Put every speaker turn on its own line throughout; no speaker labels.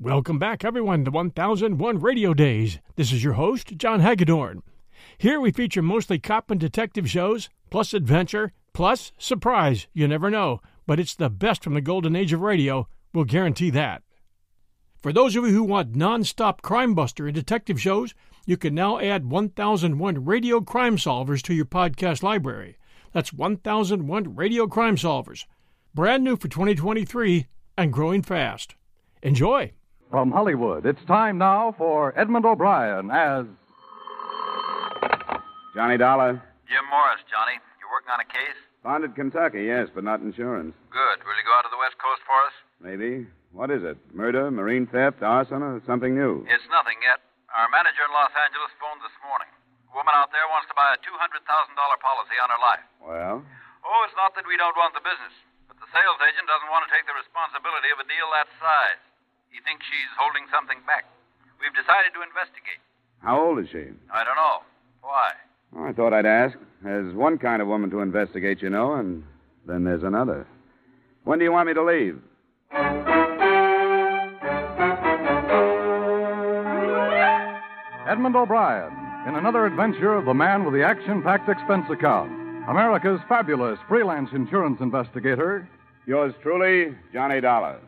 Welcome back, everyone, to 1001 Radio Days. This is your host, John Hagedorn. Here we feature mostly cop and detective shows, plus adventure, plus surprise. You never know, but it's the best from the golden age of radio. We'll guarantee that. For those of you who want non-stop crime buster and detective shows, you can now add 1001 Radio Crime Solvers to your podcast library. That's 1001 Radio Crime Solvers. Brand new for 2023 and growing fast. Enjoy.
From Hollywood, it's time now for Edmund O'Brien as.
Johnny Dollar.
Jim Morris, Johnny. You working on a case?
Found at Kentucky, yes, but not insurance.
Good. Will you go out to the West Coast for us?
Maybe. What is it? Murder, marine theft, arson, or something new?
It's nothing yet. Our manager in Los Angeles phoned this morning. A woman out there wants to buy a $200,000 policy on her life.
Well,
Oh, it's not that we don't want the business, but the sales agent doesn't want to take the responsibility of a deal that size. He thinks she's holding something back. We've decided to investigate.
how old is she?
I don't know. Why?
Oh, I thought I'd ask. There's one kind of woman to investigate, you know, and then there's another. When do you want me to leave?
Edmund O'Brien in another adventure of the man with the action packed expense account, America's fabulous freelance insurance investigator.
Yours truly, Johnny Dollar.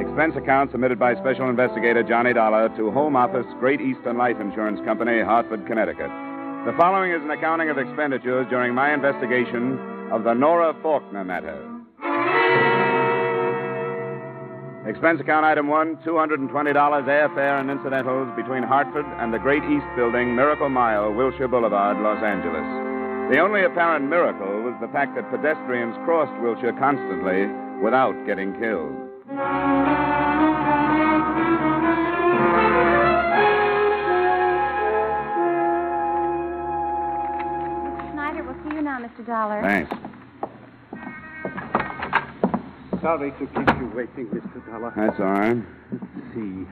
Expense account submitted by Special Investigator Johnny Dollar to Home Office, Great Eastern Life Insurance Company, Hartford, Connecticut. The following is an accounting of expenditures during my investigation of the Nora Faulkner matter. Expense account item one, $220 airfare and incidentals between Hartford and the Great East Building, Miracle Mile, Wilshire Boulevard, Los Angeles. The only apparent miracle was the fact that pedestrians crossed Wilshire constantly without getting killed.
Snyder, we'll see you now, Mr. Dollar.
Thanks.
Sorry to keep you waiting, Mr. Dollar.
That's all right.
Let's see.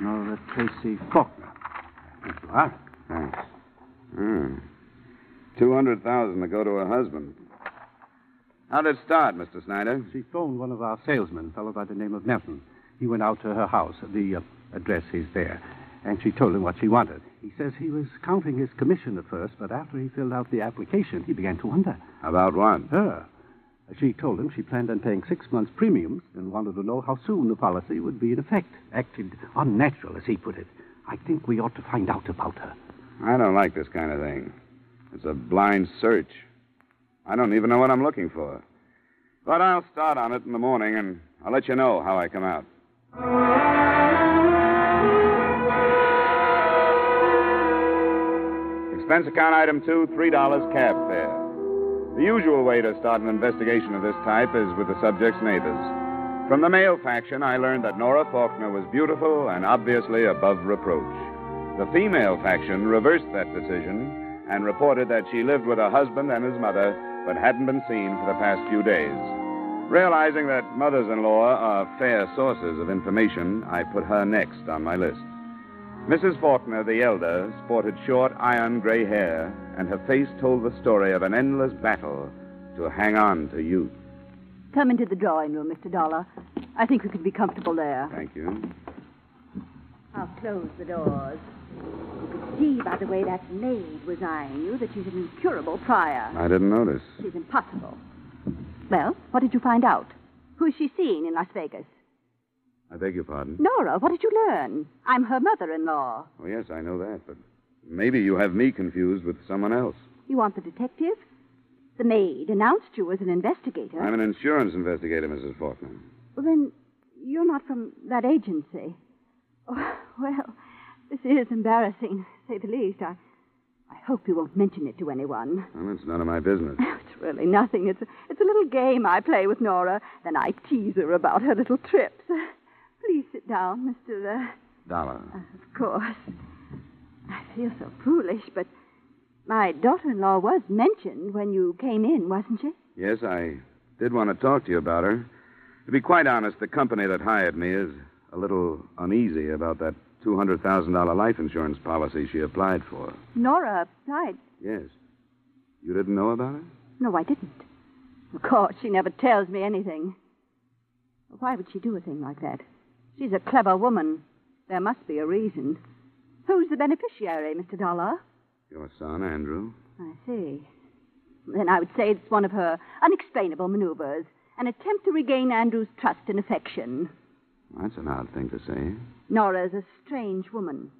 Nora Tracy Faulkner. There you are.
Thanks. Hmm. 200000 to go to her husband. How did it start, Mr. Snyder?
She phoned one of our salesmen, a fellow by the name of Nelson. He went out to her house. The uh, address is there. And she told him what she wanted. He says he was counting his commission at first, but after he filled out the application, he began to wonder.
About what?
Her. She told him she planned on paying six months' premiums and wanted to know how soon the policy would be in effect. Acted unnatural, as he put it. I think we ought to find out about her.
I don't like this kind of thing. It's a blind search. I don't even know what I'm looking for. But I'll start on it in the morning, and I'll let you know how I come out. Expense account item two, $3 cab fare. The usual way to start an investigation of this type is with the subject's neighbors. From the male faction, I learned that Nora Faulkner was beautiful and obviously above reproach. The female faction reversed that decision and reported that she lived with her husband and his mother, but hadn't been seen for the past few days. Realizing that mothers in law are fair sources of information, I put her next on my list. Mrs. Faulkner, the elder, sported short, iron gray hair, and her face told the story of an endless battle to hang on to youth.
Come into the drawing room, Mr. Dollar. I think we could be comfortable there.
Thank you.
I'll close the doors. You could see by the way that maid was eyeing you that she's an incurable prior.
I didn't notice.
She's impossible. Well, what did you find out? Who's she seeing in Las Vegas?
I beg your pardon?
Nora, what did you learn? I'm her mother in law.
Oh, yes, I know that, but maybe you have me confused with someone else.
You want the detective? The maid announced you as an investigator.
I'm an insurance investigator, Mrs. Faulkner.
Well, then, you're not from that agency. Oh, well, this is embarrassing, to say the least. I, I hope you won't mention it to anyone.
Well, it's none of my business.
It's really nothing. It's a, it's a little game I play with Nora. Then I tease her about her little trips. Please sit down, Mr. Uh,
Dollar.
of course. I feel so foolish, but my daughter in law was mentioned when you came in, wasn't she?
Yes, I did want to talk to you about her. To be quite honest, the company that hired me is a little uneasy about that $200,000 life insurance policy she applied for.
Nora applied.
Yes. You didn't know about it?
No, I didn't. Of course, she never tells me anything. Why would she do a thing like that? She's a clever woman. There must be a reason. Who's the beneficiary, Mr. Dollar?
Your son, Andrew?
I see. Then I would say it's one of her unexplainable maneuvers an attempt to regain Andrew's trust and affection.
That's an odd thing to say.
Nora's a strange woman.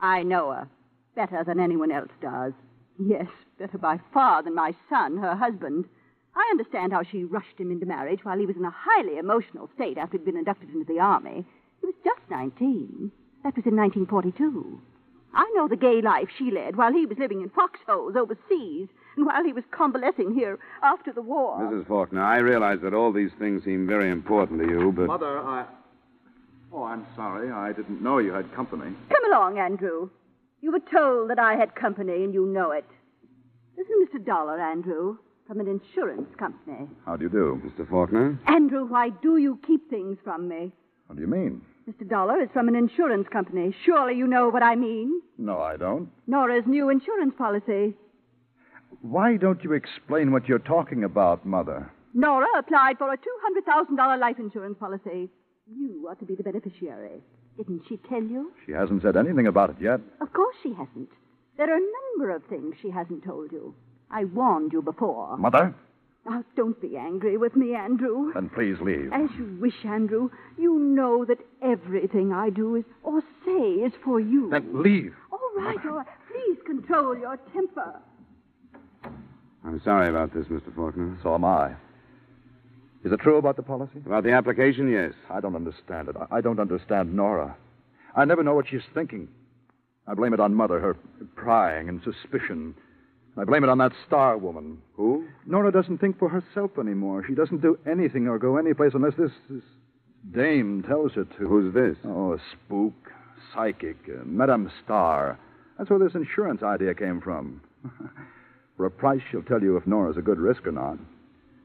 I know her better than anyone else does. Yes, better by far than my son, her husband. I understand how she rushed him into marriage while he was in a highly emotional state after he'd been inducted into the army. He was just 19. That was in 1942. I know the gay life she led while he was living in foxholes overseas and while he was convalescing here after the war.
Mrs. Faulkner, I realize that all these things seem very important to you, but.
Mother, I. Oh, I'm sorry. I didn't know you had company.
Come along, Andrew. You were told that I had company, and you know it. This is Mr. Dollar, Andrew, from an insurance company.
How do you do?
Mr. Faulkner?
Andrew, why do you keep things from me?
What do you mean?
Mr. Dollar is from an insurance company. Surely you know what I mean.
No, I don't.
Nora's new insurance policy.
Why don't you explain what you're talking about, Mother?
Nora applied for a $200,000 life insurance policy. You are to be the beneficiary. Didn't she tell you?
She hasn't said anything about it yet.
Of course she hasn't. There are a number of things she hasn't told you. I warned you before.
Mother?
Now, don't be angry with me, Andrew.
Then please leave.
As you wish, Andrew, you know that everything I do is or say is for you.
Then leave.
All right, all right. Please control your temper.
I'm sorry about this, Mr. Faulkner.
So am I. Is it true about the policy?
About the application, yes.
I don't understand it. I- I don't understand Nora. I never know what she's thinking. I blame it on Mother, her prying and suspicion. I blame it on that star woman.
Who?
Nora doesn't think for herself anymore. She doesn't do anything or go anyplace unless this, this dame tells her to.
Who's this?
Oh, a spook, psychic, uh, Madame Star. That's where this insurance idea came from. for a price, she'll tell you if Nora's a good risk or not.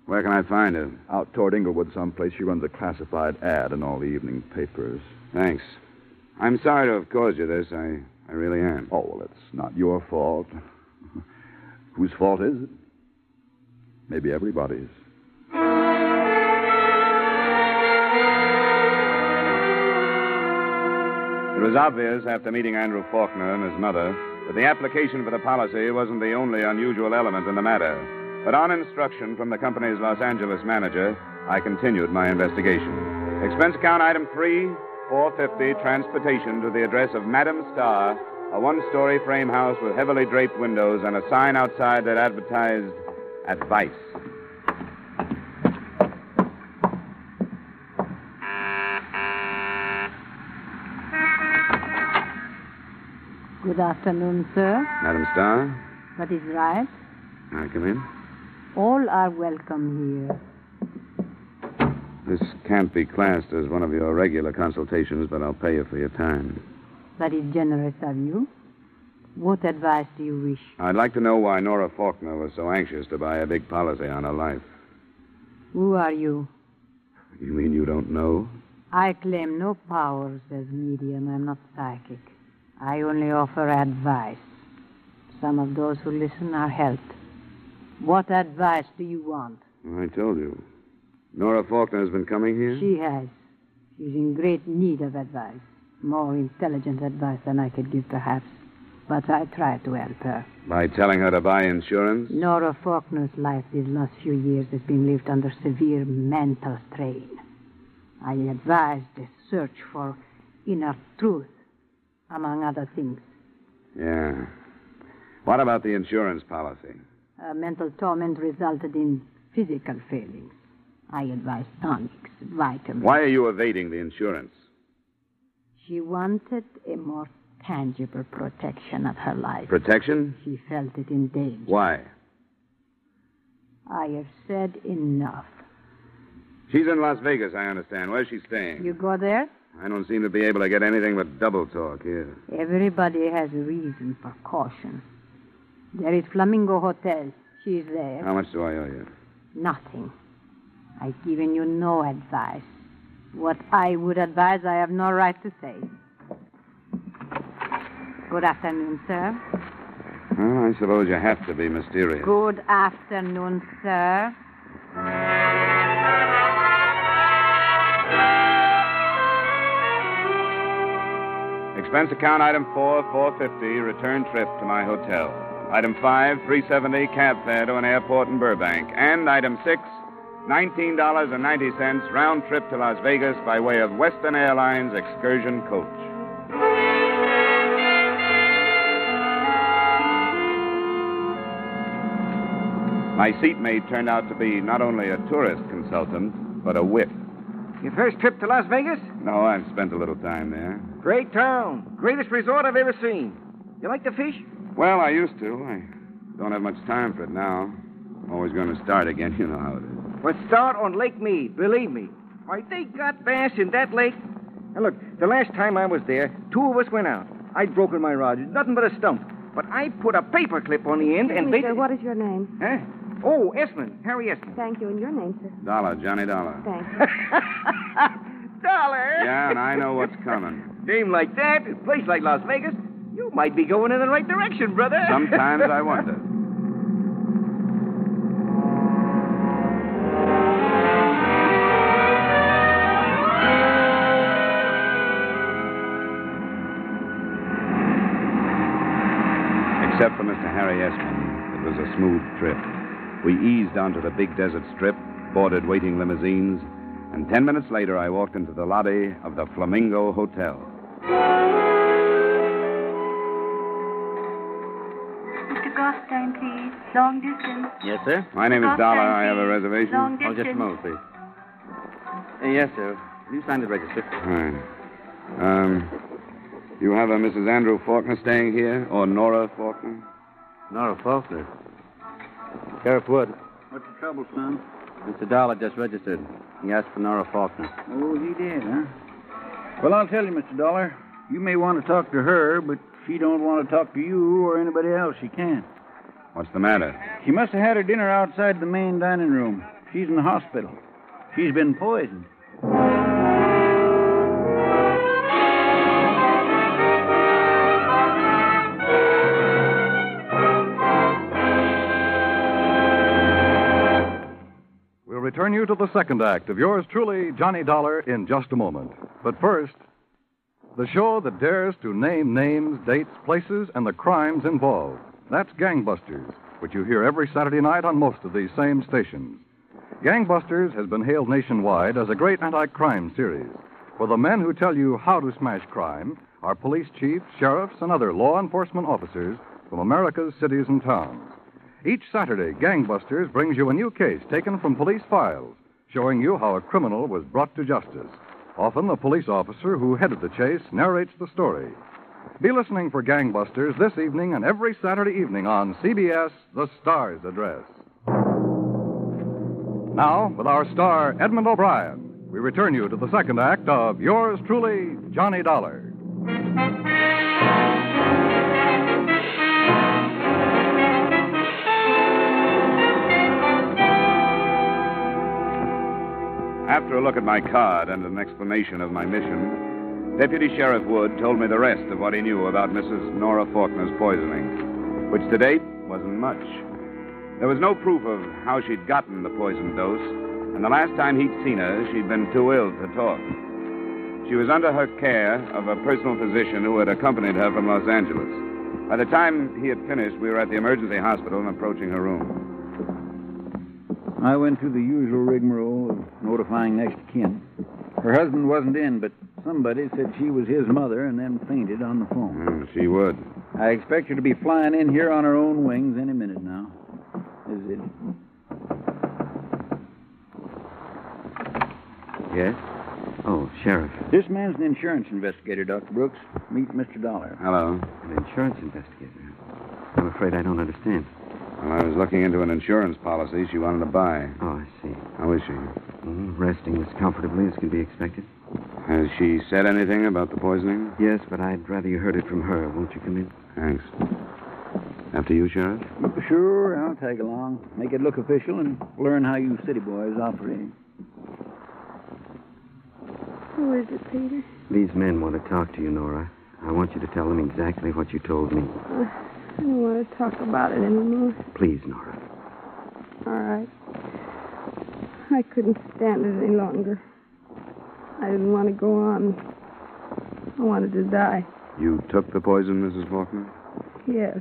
Where can I find her?
Out toward Inglewood, someplace, she runs a classified ad in all the evening papers.
Thanks. I'm sorry to have caused you this. I, I really am.
Oh, well, it's not your fault. Whose fault is it? Maybe everybody's.
It was obvious after meeting Andrew Faulkner and his mother that the application for the policy wasn't the only unusual element in the matter. But on instruction from the company's Los Angeles manager, I continued my investigation. Expense account item three, 450, transportation to the address of Madame Star, a one story frame house with heavily draped windows and a sign outside that advertised advice.
Good afternoon, sir.
Madame Star?
That is right.
I come in.
All are welcome here.
This can't be classed as one of your regular consultations, but I'll pay you for your time.
That is generous of you. What advice do you wish?
I'd like to know why Nora Faulkner was so anxious to buy a big policy on her life.
Who are you?
You mean you don't know?
I claim no powers as medium. I'm not psychic. I only offer advice. Some of those who listen are helped. What advice do you want?
I told you. Nora Faulkner has been coming here?
She has. She's in great need of advice. More intelligent advice than I could give, perhaps. But I try to help her.
By telling her to buy insurance?
Nora Faulkner's life these last few years has been lived under severe mental strain. I advised a search for inner truth, among other things.
Yeah. What about the insurance policy?
Her mental torment resulted in physical failings. I advised tonics, vitamins.
Why are you evading the insurance?
She wanted a more tangible protection of her life.
Protection?
She felt it in danger.
Why?
I have said enough.
She's in Las Vegas, I understand. Where's she staying?
You go there?
I don't seem to be able to get anything but double talk here.
Everybody has a reason for caution. There is Flamingo Hotel. She's there.
How much do I owe you?
Nothing. I've given you no advice. What I would advise, I have no right to say. Good afternoon, sir.
Well, I suppose you have to be mysterious.
Good afternoon, sir.
Expense account item 4, 450, return trip to my hotel. Item 5, 370, cab fare to an airport in Burbank. And item 6, $19.90, round trip to Las Vegas by way of Western Airlines excursion coach. My seatmate turned out to be not only a tourist consultant, but a whip.
Your first trip to Las Vegas?
No, I've spent a little time there.
Great town. Greatest resort I've ever seen. You like to fish?
Well, I used to. I don't have much time for it now. I'm always going to start again. You know how it is.
Well, start on Lake Mead, believe me. Why, they got bass in that lake. Now, look, the last time I was there, two of us went out. I'd broken my rod, nothing but a stump. But I put a paper clip on the end
Excuse
and
me,
baited...
sir, what is your name?
Huh? Oh, Esmond. Harry Esmond.
Thank you, and your name, sir.
Dollar, Johnny Dollar.
Thanks.
Dollar!
Yeah, and I know what's coming.
Name like that, a place like Las Vegas, you might be going in the right direction, brother.
Sometimes I wonder. Except for Mr. Harry Esmond, it was a smooth trip. We eased onto the big desert strip, boarded waiting limousines, and ten minutes later I walked into the lobby of the Flamingo Hotel.
Mr. Gostein, please. Long distance.
Yes, sir?
My name is
Gostein,
Dollar. I have a
please.
reservation.
Long
Oh,
distance.
please. Uh, yes, sir. You sign the register.
All right. Um, you have a Mrs. Andrew Faulkner staying here, or Nora Faulkner?
Nora Faulkner. Sheriff Wood.
What's the trouble, son?
Mr. Dollar just registered. He asked for Nora Faulkner.
Oh, he did, huh? Well, I'll tell you, Mr. Dollar. You may want to talk to her, but she don't want to talk to you or anybody else. She can't.
What's the matter?
She must have had her dinner outside the main dining room. She's in the hospital. She's been poisoned.
We'll return you to the second act of yours truly, Johnny Dollar, in just a moment. But first, the show that dares to name names, dates, places, and the crimes involved. That's Gangbusters, which you hear every Saturday night on most of these same stations. Gangbusters has been hailed nationwide as a great anti crime series, where the men who tell you how to smash crime are police chiefs, sheriffs, and other law enforcement officers from America's cities and towns. Each Saturday, Gangbusters brings you a new case taken from police files, showing you how a criminal was brought to justice. Often, the police officer who headed the chase narrates the story. Be listening for Gangbusters this evening and every Saturday evening on CBS The Star's Address. Now, with our star, Edmund O'Brien, we return you to the second act of yours truly, Johnny Dollar.
After a look at my card and an explanation of my mission, Deputy Sheriff Wood told me the rest of what he knew about Mrs. Nora Faulkner's poisoning, which to date wasn't much. There was no proof of how she'd gotten the poison dose, and the last time he'd seen her, she'd been too ill to talk. She was under her care of a personal physician who had accompanied her from Los Angeles. By the time he had finished, we were at the emergency hospital and approaching her room.
I went through the usual rigmarole of notifying next of kin. Her husband wasn't in, but somebody said she was his mother and then fainted on the phone.
Mm, she would.
I expect her to be flying in here on her own wings any minute now. Is it?
Yes? Oh, Sheriff.
This man's an insurance investigator, Dr. Brooks. Meet Mr. Dollar.
Hello.
An insurance investigator. I'm afraid I don't understand.
Well, I was looking into an insurance policy she wanted to buy.
Oh, I see.
How is she?
Mm, resting as comfortably as can be expected.
Has she said anything about the poisoning?
Yes, but I'd rather you heard it from her. Won't you come in?
Thanks. After you, Sheriff?
Sure, I'll tag along. Make it look official and learn how you city boys operate.
Who is it, Peter?
These men want to talk to you, Nora.
I want you to tell them exactly what you told me.
Uh, I don't want to talk about it anymore.
Please, Nora.
All right. I couldn't stand it any longer. I didn't want to go on. I wanted to die.
You took the poison, Mrs. Faulkner?
Yes.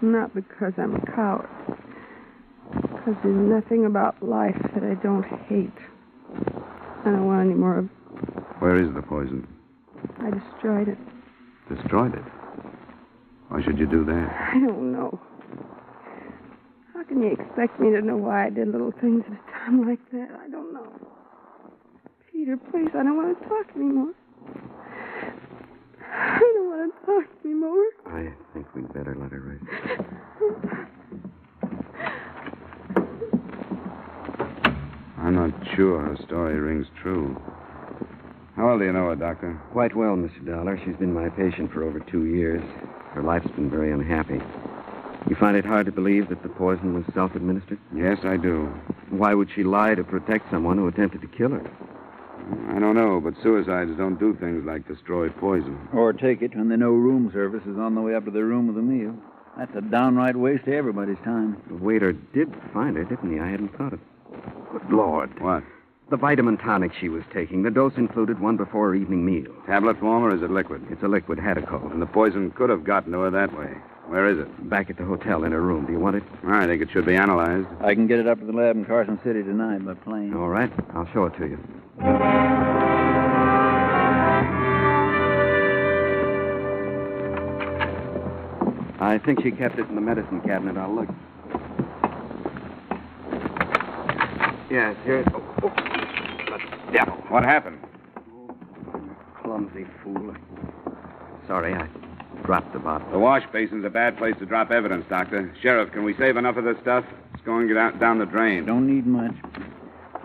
Not because I'm a coward. Because there's nothing about life that I don't hate. I don't want any more of it.
Where is the poison?
I destroyed it.
Destroyed it. Why should you do that?
I don't know. How can you expect me to know why I did little things at a time like that? I don't know. Peter, please, I don't want to talk anymore. I don't want to talk anymore.
I think we'd better let her rest.
I'm not sure her story rings true. How well do you know her, Doctor?
Quite well, Mr. Dollar. She's been my patient for over two years. Her life's been very unhappy. You find it hard to believe that the poison was self administered?
Yes, I do.
Why would she lie to protect someone who attempted to kill her?
I don't know, but suicides don't do things like destroy poison.
Or take it when the no room service is on the way up to the room with the meal. That's a downright waste of everybody's time.
The waiter did find her, didn't he? I hadn't thought of it. Good Lord.
What?
The vitamin tonic she was taking, the dose included one before her evening meal.
Tablet form or is it liquid?
It's a liquid Hadacol.
And the poison could have gotten to her that way. Where is it?
Back at the hotel in her room. Do you want it?
I think it should be analyzed.
I can get it up to the lab in Carson City tonight by plane.
All right. I'll show it to you. I think she kept it in the medicine cabinet. I'll look. Yes, here. Oh, oh. The devil.
What happened?
Clumsy fool. Sorry, I dropped the bottle.
The wash basin's a bad place to drop evidence, Doctor. Sheriff, can we save enough of this stuff? It's going to get out, down the drain.
Don't need much.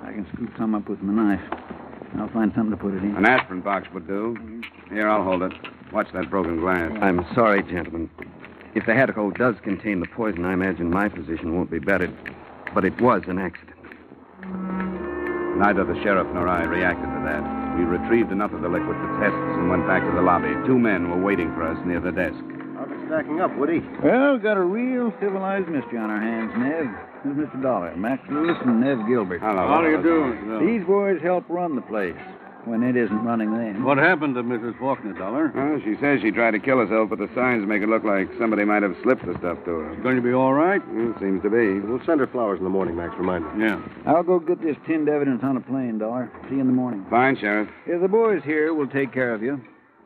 I can scoop some up with my knife. I'll find something to put it in.
An aspirin box would do. Here, I'll hold it. Watch that broken glass.
I'm sorry, gentlemen. If the Hadacol does contain the poison, I imagine my position won't be better. But it was an accident.
Neither the sheriff nor I reacted to that. We retrieved enough of the liquid for tests and went back to the lobby. Two men were waiting for us near the desk.
How's it stacking up, Woody?
Well, got a real civilized mystery on our hands, Nev. This is Mr. Dollar, Max Lewis, and Nev Gilbert.
Hello. How do you do,
These boys help run the place when it isn't running them.
What happened to Mrs. Faulkner, Dollar?
Well, she says she tried to kill herself, but the signs make it look like somebody might have slipped the stuff to her.
She's going to be all right?
Well, it seems to be.
We'll send her flowers in the morning, Max. Remind her.
Yeah.
I'll go get this tinned evidence on a plane, Dollar. See you in the morning.
Fine, Sheriff.
If the boys here will take care of you,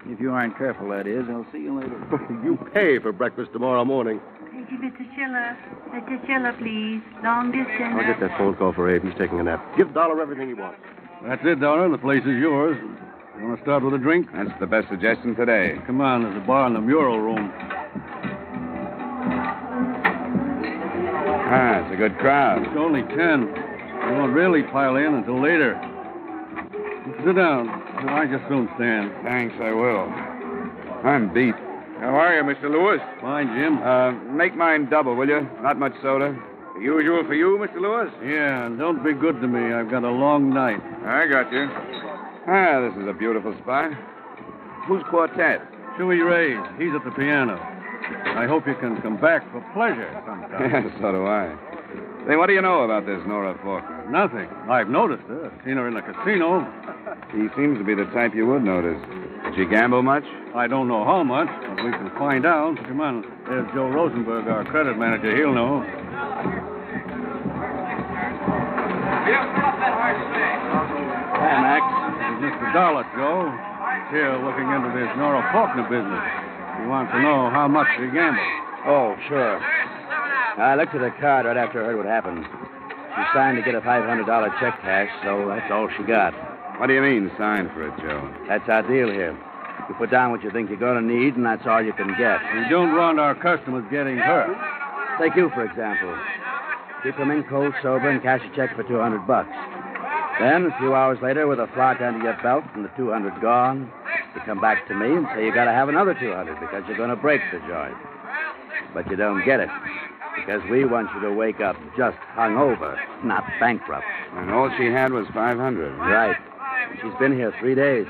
if you aren't careful, that is, I'll see you later.
you pay for breakfast tomorrow morning.
Thank you, Mr. Schiller. Mr. Schiller, please. Long distance.
I'll get that phone call for Abe. He's taking a nap. Give Dollar everything he wants.
That's it, Dollar. The place is yours. You want to start with a drink?
That's the best suggestion today.
Come on, there's a bar in the mural room.
Ah, it's a good crowd.
It's only ten. They won't really pile in until later. Sit down. I just don't stand.
Thanks, I will. I'm beat. How are you, Mr. Lewis?
Fine, Jim.
Uh, make mine double, will you? Not much soda. The usual for you, Mr. Lewis?
Yeah, and don't be good to me. I've got a long night.
I got you. Ah, this is a beautiful spot. Who's quartet?
Chewy Ray. He's at the piano. I hope you can come back for pleasure sometime.
Yeah, so do I. Say, what do you know about this Nora Faulkner?
Nothing. I've noticed her. Seen her in a casino.
She seems to be the type you would notice. Did she gamble much?
I don't know how much, but we can find out. Come on. There's Joe Rosenberg, our credit manager. He'll know. Hi, Max. This is Mr. Dollar, Joe. He's here looking into this Nora Faulkner business. He wants to know how much she gambled.
Oh, sure. I looked at her card right after I heard what happened. She signed to get a $500 check cash, so that's all she got.
What do you mean, sign for it, Joe?
That's our deal here. You put down what you think you're going to need, and that's all you can get.
We don't want our customers getting hurt.
Take you, for example. Keep them in cold sober and cash a check for 200 bucks. Then, a few hours later, with a flock under your belt and the 200 gone, you come back to me and say you got to have another 200 because you're going to break the joint. But you don't get it because we want you to wake up just hungover, not bankrupt.
And all she had was 500.
Right. She's been here three days.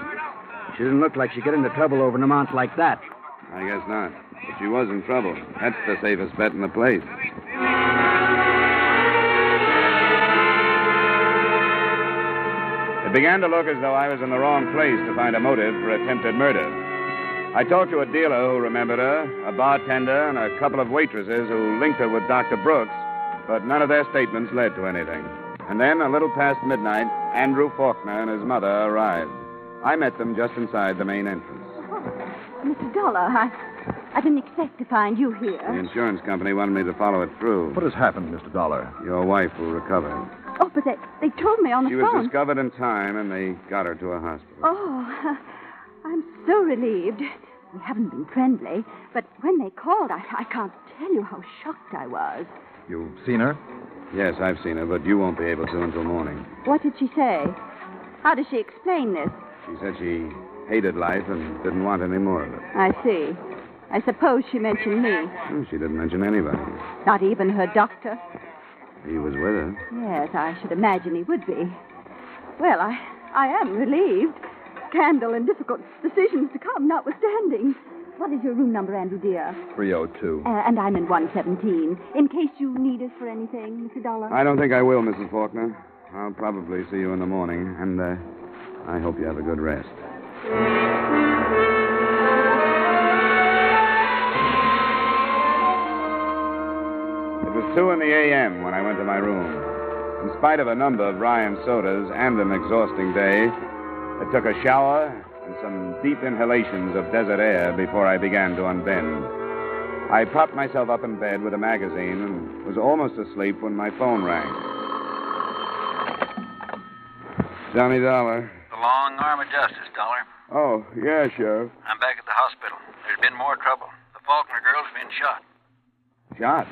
She didn't look like she'd get into trouble over an amount like that.
I guess not. But she was in trouble. That's the safest bet in the place. It began to look as though I was in the wrong place to find a motive for attempted murder. I talked to a dealer who remembered her, a bartender, and a couple of waitresses who linked her with Dr. Brooks, but none of their statements led to anything. And then, a little past midnight, Andrew Faulkner and his mother arrived. I met them just inside the main entrance.
Mr. Dollar, I, I didn't expect to find you
The
here.
insurance company wanted me to follow it through. What has happened, Mr. Dollar? Your wife will recover.
Oh, but they, they told me on the
She was
phone.
discovered in time, and they got her to a hospital.
Oh, I'm so relieved. We haven't been friendly, but when they called, I, I can't tell you how shocked I was.
You've seen her? Yes, I've seen her, but you won't be able to until morning.
What did she say? How does she explain this?
She said she hated life and didn't want any more of it.
I see. I suppose she mentioned me.
Hmm, She didn't mention anybody.
Not even her doctor.
He was with her.
Yes, I should imagine he would be. Well, I, I am relieved. Candle and difficult decisions to come, notwithstanding. What is your room number, Andrew, dear?
302.
Uh, and I'm in 117, in case you need us for anything, Mr. Dollar.
I don't think I will, Mrs. Faulkner. I'll probably see you in the morning, and uh, I hope you have a good rest. It was 2 in the a.m. when I went to my room. In spite of a number of Ryan sodas and an exhausting day, I took a shower and some deep inhalations of desert air before I began to unbend. I propped myself up in bed with a magazine and was almost asleep when my phone rang. Johnny Dollar.
The long arm of justice, Dollar.
Oh, yeah, Sheriff.
I'm back at the hospital. There's been more trouble. The Faulkner girl's been shot.
Shot.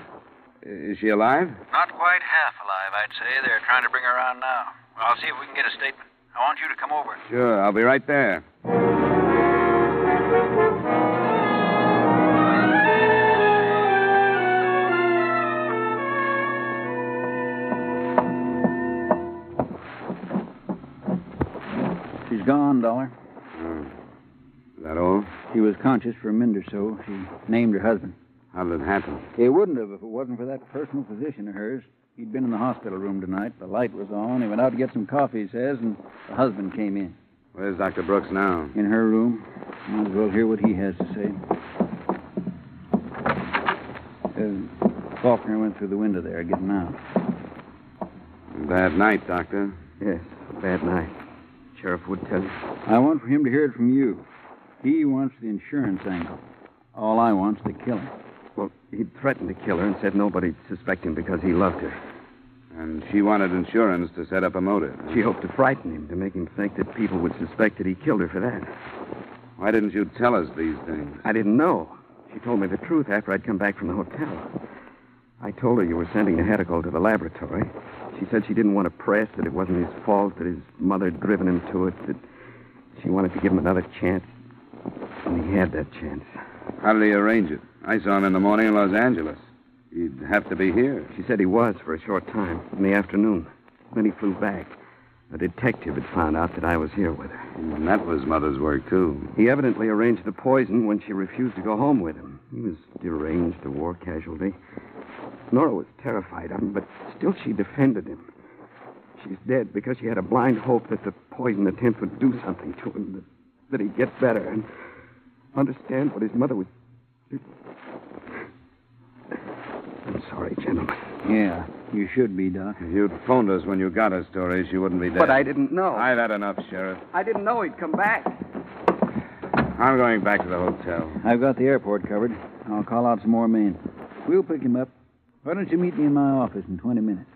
Is she alive?
Not quite half alive, I'd say. They're trying to bring her on now. Well, I'll see if we can get a statement. I want you to come over.
Sure, I'll be right there.
She's gone, Dollar.
Hmm. Is that all?
She was conscious for a minute or so. She named her husband.
How did it happen?
It wouldn't have if it wasn't for that personal physician of hers. He'd been in the hospital room tonight. The light was on. He went out to get some coffee, he says, and the husband came in.
Where's Dr. Brooks now?
In her room. Might as well hear what he has to say. Uh, Faulkner went through the window there, getting out.
Bad night, Doctor.
Yes,
a bad night. Sheriff would tell you.
I want for him to hear it from you. He wants the insurance angle. All I want's the killing.
Well, he threatened to kill her and said nobody'd suspect him because he loved her.
And she wanted insurance to set up a motive.
She hoped to frighten him, to make him think that people would suspect that he killed her for that.
Why didn't you tell us these things?
I didn't know. She told me the truth after I'd come back from the hotel. I told her you were sending the Hedical to the laboratory. She said she didn't want to press, that it wasn't his fault, that his mother had driven him to it, that she wanted to give him another chance. And he had that chance.
How did he arrange it? I saw him in the morning in Los Angeles. He'd have to be here.
She said he was for a short time, in the afternoon. Then he flew back. A detective had found out that I was here with her.
And that was Mother's work, too.
He evidently arranged the poison when she refused to go home with him. He was deranged, a war casualty. Nora was terrified of him, but still she defended him. She's dead because she had a blind hope that the poison attempt would do something to him, that, that he'd get better and understand what his mother was. I'm sorry, gentlemen.
Yeah, you should be, Doc.
If you'd phoned us when you got her story, she wouldn't be dead.
But I didn't know.
I've had enough, Sheriff.
I didn't know he'd come back.
I'm going back to the hotel.
I've got the airport covered. I'll call out some more men. We'll pick him up. Why don't you meet me in my office in 20 minutes?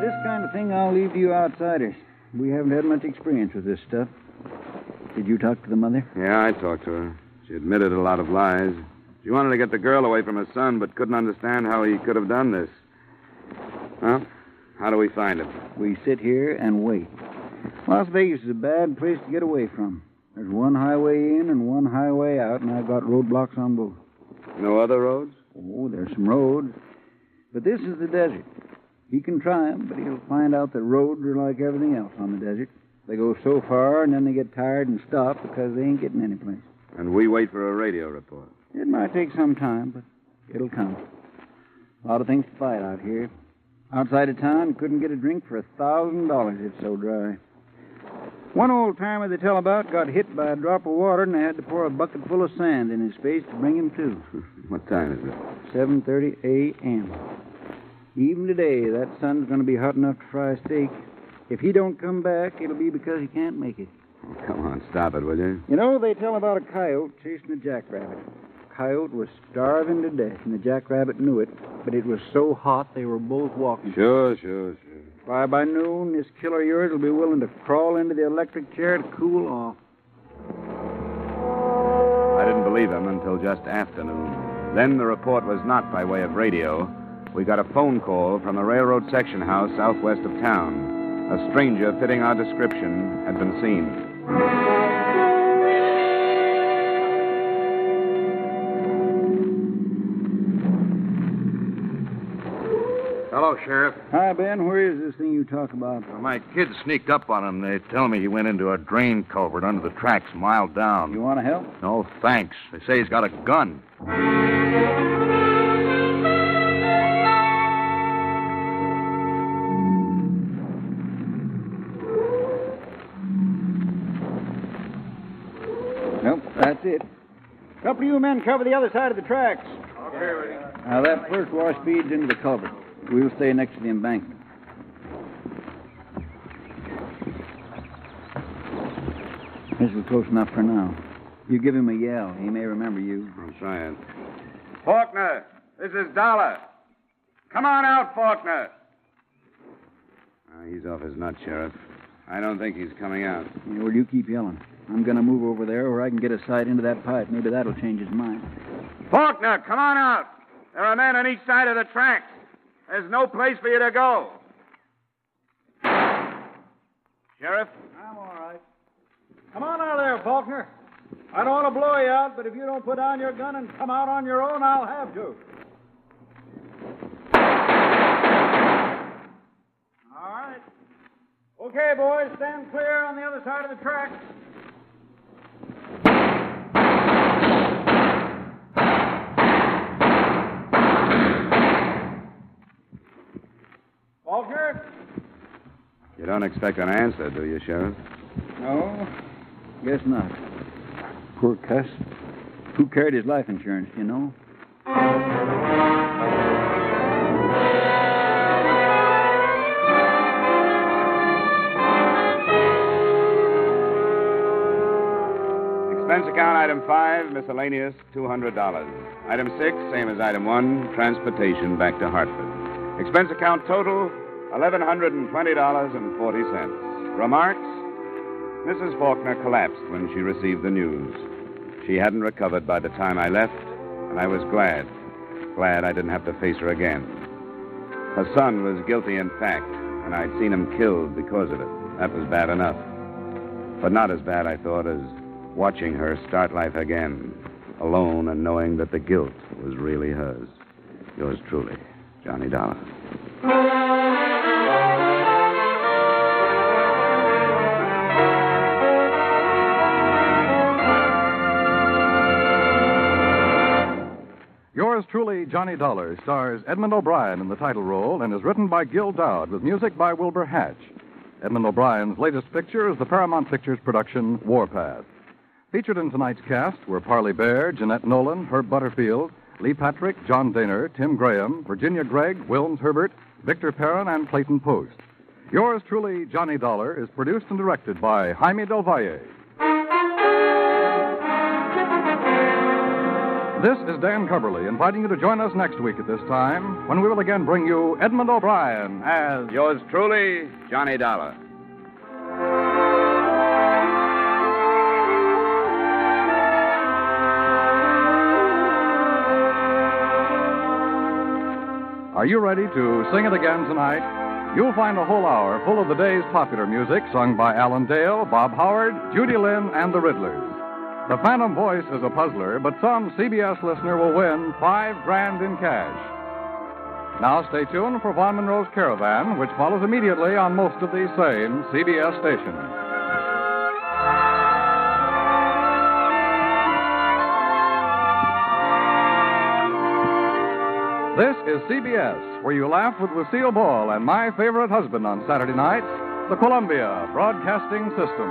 This kind of thing I'll leave to you outsiders. We haven't had much experience with this stuff. Did you talk to the mother?
Yeah, I talked to her. She admitted a lot of lies. She wanted to get the girl away from her son, but couldn't understand how he could have done this. Well, how do we find him?
We sit here and wait. Las Vegas is a bad place to get away from. There's one highway in and one highway out, and I've got roadblocks on both.
No other roads?
Oh, there's some roads. But this is the desert. He can try 'em, but he'll find out that roads are like everything else on the desert. They go so far, and then they get tired and stop because they ain't getting anyplace.
And we wait for a radio report.
It might take some time, but it'll come. A lot of things to fight out here. Outside of town, couldn't get a drink for a thousand dollars. It's so dry. One old timer they tell about got hit by a drop of water, and they had to pour a bucket full of sand in his face to bring him to.
What time is it?
7:30 a.m. Even today, that sun's going to be hot enough to fry a steak. If he don't come back, it'll be because he can't make it.
Come on, stop it, will you?
You know, they tell about a coyote chasing a jackrabbit. Coyote was starving to death, and the jackrabbit knew it, but it was so hot they were both walking.
Sure, sure, sure.
By, by noon, this killer of yours will be willing to crawl into the electric chair to cool off.
I didn't believe him until just after noon. Then the report was not by way of radio. We got a phone call from a railroad section house southwest of town. A stranger fitting our description had been seen.
Hello, Sheriff.
Hi, Ben. Where is this thing you talk about?
My kid sneaked up on him. They tell me he went into a drain culvert under the tracks, a mile down.
You want to help?
No, thanks. They say he's got a gun.
Nope, that's it. Couple of you men cover the other side of the tracks. Now, that first wash feeds into the culvert. We'll stay next to the embankment. This is close enough for now. You give him a yell. He may remember you.
I'm trying.
Faulkner, this is Dollar. Come on out, Faulkner.
Uh, he's off his nut, Sheriff. I don't think he's coming out.
Yeah, well, you keep yelling. I'm going to move over there, or I can get a sight into that pipe. Maybe that'll change his mind.
Faulkner, come on out. There are men on each side of the tracks. There's no place for you to go. Sheriff?
I'm all right. Come on out of there, Faulkner. I don't want to blow you out, but if you don't put down your gun and come out on your own, I'll have you. All right. Okay, boys, stand clear on the other side of the tracks. Faulkner?
You don't expect an answer, do you, Sheriff?
No? Guess not. Poor cuss. Who carried his life insurance, you know?
Expense account item five, miscellaneous, $200. Item six, same as item one, transportation back to Hartford. Expense account total, $1,120.40. Remarks? Mrs. Faulkner collapsed when she received the news. She hadn't recovered by the time I left, and I was glad. Glad I didn't have to face her again. Her son was guilty in fact, and I'd seen him killed because of it. That was bad enough. But not as bad, I thought, as watching her start life again, alone and knowing that the guilt was really hers. Yours truly, Johnny Dollar.
Yours truly, Johnny Dollar, stars Edmund O'Brien in the title role and is written by Gil Dowd with music by Wilbur Hatch. Edmund O'Brien's latest picture is the Paramount Pictures production Warpath. Featured in tonight's cast were Parley Bear, Jeanette Nolan, Herb Butterfield, Lee Patrick, John Daner, Tim Graham, Virginia Gregg, Wilms Herbert, Victor Perrin, and Clayton Post. Yours truly, Johnny Dollar, is produced and directed by Jaime Del Valle. This is Dan Coverly inviting you to join us next week at this time when we will again bring you Edmund O'Brien as
Yours truly, Johnny Dollar.
Are you ready to sing it again tonight? You'll find a whole hour full of the day's popular music sung by Alan Dale, Bob Howard, Judy Lynn, and the Riddlers. The Phantom Voice is a puzzler, but some CBS listener will win five grand in cash. Now stay tuned for Von Monroe's Caravan, which follows immediately on most of these same CBS stations. This is CBS, where you laugh with Lucille Ball and my favorite husband on Saturday nights, the Columbia Broadcasting System.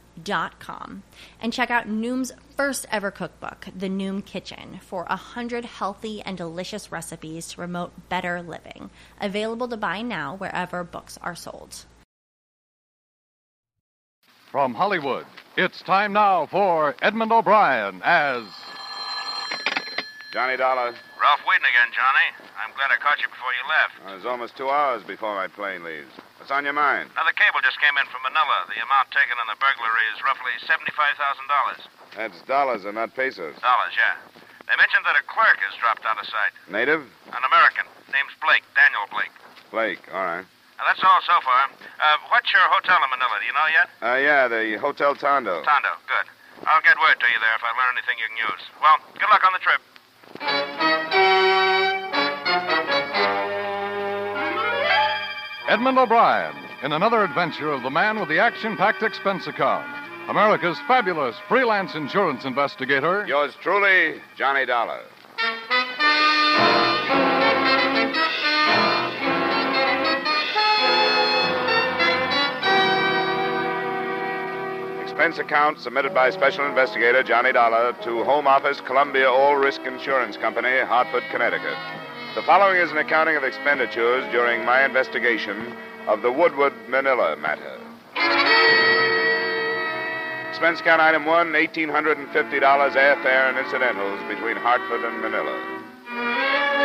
Dot com and check out Noom's first ever cookbook, The Noom Kitchen, for 100 healthy and delicious recipes to promote better living. Available to buy now wherever books are sold.
From Hollywood, it's time now for Edmund O'Brien as.
Johnny Dollar.
Ralph Whedon again, Johnny. I'm glad I caught you before you left.
Uh, It's almost two hours before my plane leaves. What's on your mind?
Another cable just came in from Manila. The amount taken on the burglary is roughly $75,000.
That's dollars and not pesos.
Dollars, yeah. They mentioned that a clerk has dropped out of sight.
Native?
An American. Name's Blake, Daniel Blake.
Blake, all right.
Now, that's all so far. Uh, what's your hotel in Manila? Do you know yet?
Uh, yeah, the Hotel Tondo.
Tondo, good. I'll get word to you there if I learn anything you can use. Well, good luck on the trip.
Edmund O'Brien in another adventure of the man with the action packed expense account. America's fabulous freelance insurance investigator.
Yours truly, Johnny Dollar. Expense account submitted by Special Investigator Johnny Dollar to Home Office Columbia All Risk Insurance Company, Hartford, Connecticut. The following is an accounting of expenditures during my investigation of the Woodward Manila matter. Expense account item one $1,850 airfare and incidentals between Hartford and Manila.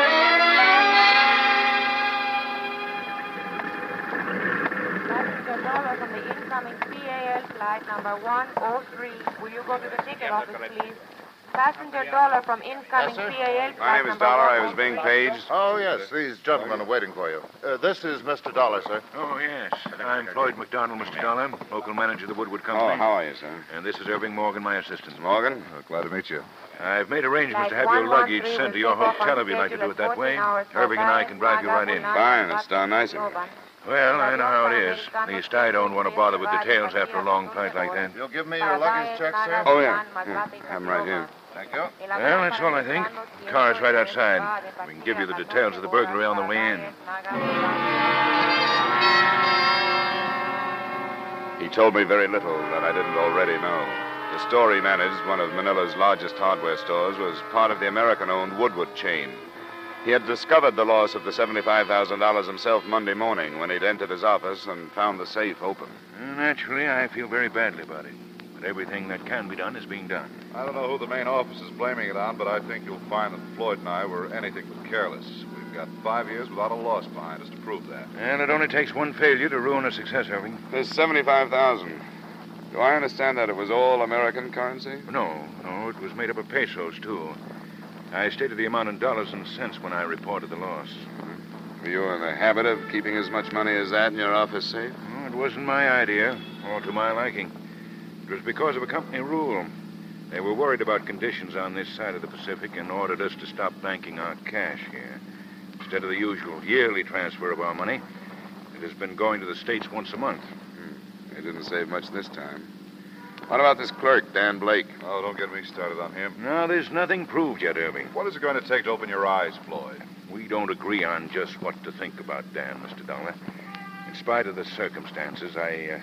Mr. Dollar from the incoming PAL flight number 103. Will you go to the ticket office, please? Passenger Dollar from incoming PAL flight
My name is
number
Dollar.
103.
I was being paged.
Oh, yes. These gentlemen are waiting for you. Uh, this is Mr. Dollar, sir.
Oh, yes. I'm Floyd McDonald, Mr. Dollar, local manager of the Woodward Company.
Oh, how are you, sir?
And this is Irving Morgan, my assistant.
Morgan?
glad to meet you. I've made arrangements to have
Flight
your luggage
113
sent to
will
your
take off on
hotel if you'd like to do it that way.
schedule at 14 hours for
Irving and I can drive you right in.
Fine,
it's darn nice of you.
Well, I know how it is. At least I don't want to bother with details after a long flight like that.
You'll give me your luggage check, sir?
Oh, yeah. I'm right here.
Thank you.
Well, that's all I think. The car's right outside. We can give you the details of the burglary on the way in.
He told me very little that I didn't already know. The store he managed, one of Manila's largest hardware stores, was part of the American owned Woodward chain. He had discovered the loss of the $75,000 himself Monday morning when he'd entered his office and found the safe open.
Naturally, I feel very badly about it. But everything that can be done is being done.
I don't know who the main office is blaming it on, but I think you'll find that Floyd and I were anything but careless. We've got five years without a loss behind us to prove that.
And it only takes one failure to ruin a success, Irving.
There's 75000 Do I understand that it was all American currency?
No, no, it was made up of pesos, too.
I stated the amount in dollars and cents when I reported the loss.
Were you in the habit of keeping as much money as that in your office safe?
Well, it wasn't my idea, or to my liking. It was because of a company rule. They were worried about conditions on this side of the Pacific and ordered us to stop banking our cash here. Instead of the usual yearly transfer of our money, it has been going to the States once a month.
Hmm, They didn't save much this time. What about this clerk, Dan Blake?
Oh, don't get me started on him. No, there's nothing proved yet, Irving.
What is it going to take to open your eyes, Floyd?
We don't agree on just what to think about Dan, Mr. Dollar. In spite of the circumstances, I. Uh,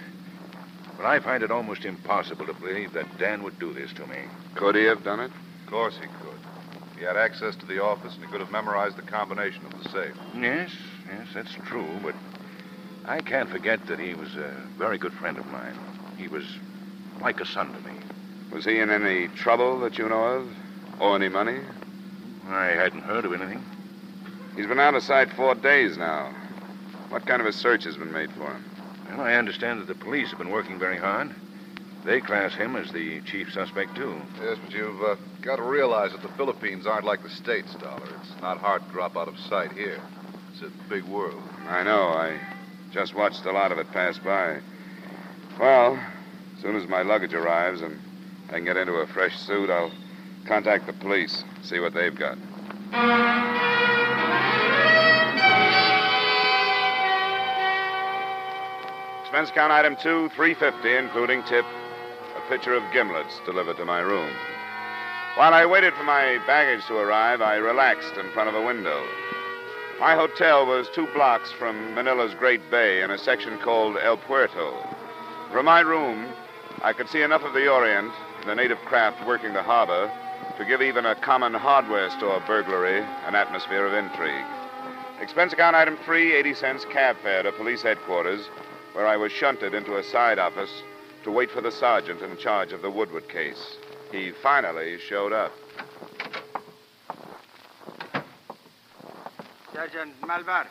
well, I find it almost impossible to believe that Dan would do this to me.
uh, Could he have done it? Of course he could. He had access to the office and he could have memorized the combination of the safe.
Yes, yes, that's true, but I can't forget that he was a very good friend of mine. He was like a son to me.
Was he in any trouble that you know of? Owe any money?
I hadn't heard of anything.
He's been out of sight four days now. What kind of a search has been made for him?
Well, I understand that the police have been working very hard. They class him as the chief suspect, too.
Yes, but you've uh, got to realize that the Philippines aren't like the States, Dollar. It's not hard to drop out of sight here. It's a big world. I know. I just watched a lot of it pass by. Well, as soon as my luggage arrives and I can get into a fresh suit, I'll contact the police, see what they've got. Expense count item two, 350, including tip, a pitcher of gimlets delivered to my room. While I waited for my baggage to arrive, I relaxed in front of a window. My hotel was two blocks from Manila's Great Bay in a section called El Puerto. From my room, I could see enough of the Orient, the native craft working the harbor, to give even a common hardware store burglary an atmosphere of intrigue. Expense account item three, 80 cents cab fare to police headquarters, where I was shunted into a side office to wait for the sergeant in charge of the Woodward case. He finally showed up.
Sergeant Malvar,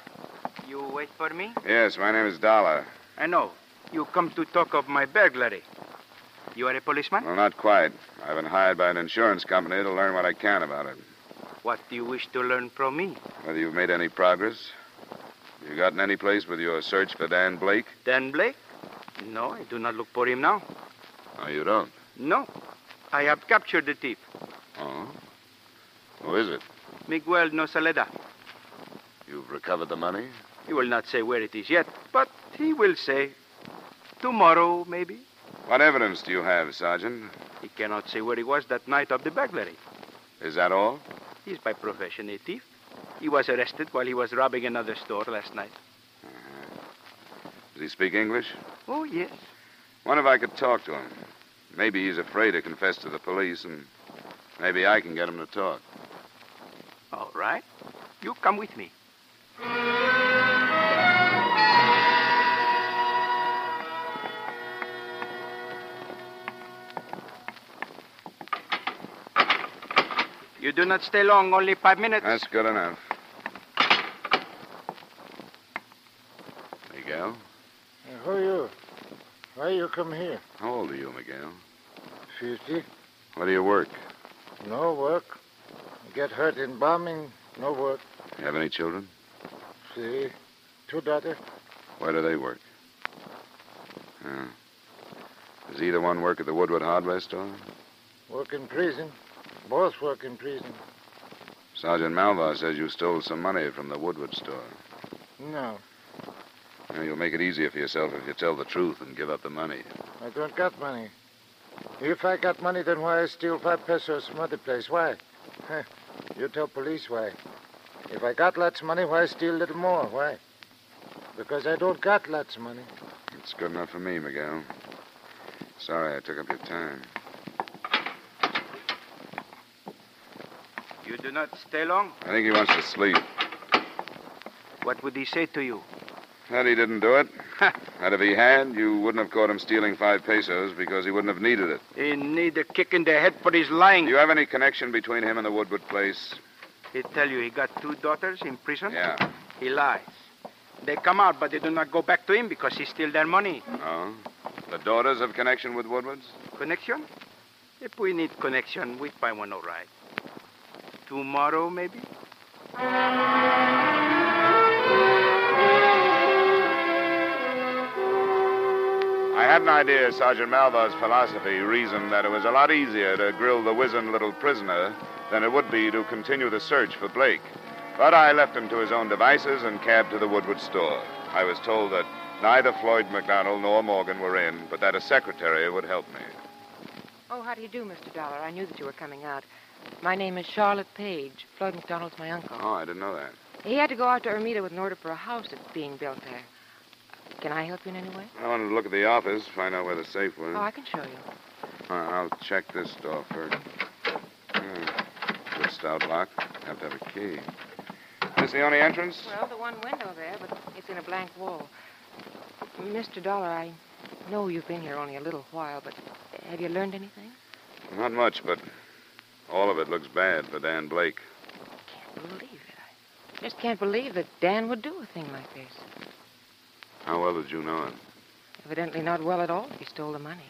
you wait for me?
Yes, my name is Dollar.
I know. You come to talk of my burglary. You are a policeman?
Well, not quite. I've been hired by an insurance company to learn what I can about it.
What do you wish to learn from me?
Whether you've made any progress? You gotten any place with your search for Dan Blake?
Dan Blake? No, I do not look for him now.
No, you don't.
No. I have captured the thief,
Oh? Who is it?
Miguel Nosaleda.
You've recovered the money?
He will not say where it is yet, but he will say tomorrow, maybe.
What evidence do you have, Sergeant?
He cannot say where he was that night of the burglary.
Is that all?
He is by profession a thief. He was arrested while he was robbing another store last night.
Does he speak English?
Oh, yes.
Wonder if I could talk to him. Maybe he's afraid to confess to the police, and maybe I can get him to talk.
All right. You come with me. You do not stay long, only five minutes.
That's good enough. Miguel?
Hey, Who are you? Why you come here?
How old are you, Miguel?
Fifty?
Where do you work?
No work. Get hurt in bombing, no work.
You have any children?
See? Two daughter?
Where do they work? Yeah. Does either one work at the Woodward Hardware store?
Work in prison. Both work in prison.
Sergeant Malvar says you stole some money from the Woodward store.
No,
Now, you'll make it easier for yourself if you tell the truth and give up the money.
I don't got money. If I got money, then why I steal five pesos from other place? Why? Huh. you tell police why. If I got lots of money, why steal little more? Why? Because I don't got lots of money.
It's good enough for me, Miguel. Sorry I took up your time.
You do not stay long.
I think he wants to sleep.
What would he say to you?
That he didn't do it. that if he had, you wouldn't have caught him stealing five pesos because he wouldn't have needed it.
He need a kick in the head for his lying.
Do you have any connection between him and the Woodward place?
He tell you he got two daughters in prison.
Yeah.
He lies. They come out, but they do not go back to him because he steal their money.
No. The daughters have connection with Woodward's?
Connection? If we need connection, we find one all right. Tomorrow, maybe?
I had an idea Sergeant Malvar's philosophy reasoned that it was a lot easier to grill the wizened little prisoner than it would be to continue the search for Blake. But I left him to his own devices and cabbed to the Woodward store. I was told that neither Floyd McDonald nor Morgan were in, but that a secretary would help me.
Oh, how do you do, Mr. Dollar? I knew that you were coming out. My name is Charlotte Page. Floyd McDonald's my uncle.
Oh, I didn't know that.
He had to go out to Ermita with an order for a house that's being built there. Can I help you in any way?
I wanted to look at the office, find out where the safe was.
Oh, I can show you.
Uh, I'll check this door first. Hmm. Good stout lock. Have to have a key. This the only entrance?
Well, the one window there, but it's in a blank wall. Mr. Dollar, I know you've been here only a little while, but have you learned anything?
Not much, but all of it looks bad for Dan Blake.
Believe it. I just can't believe that Dan would do a thing like this.
How well did you know him?
Evidently not well at all if he stole the money.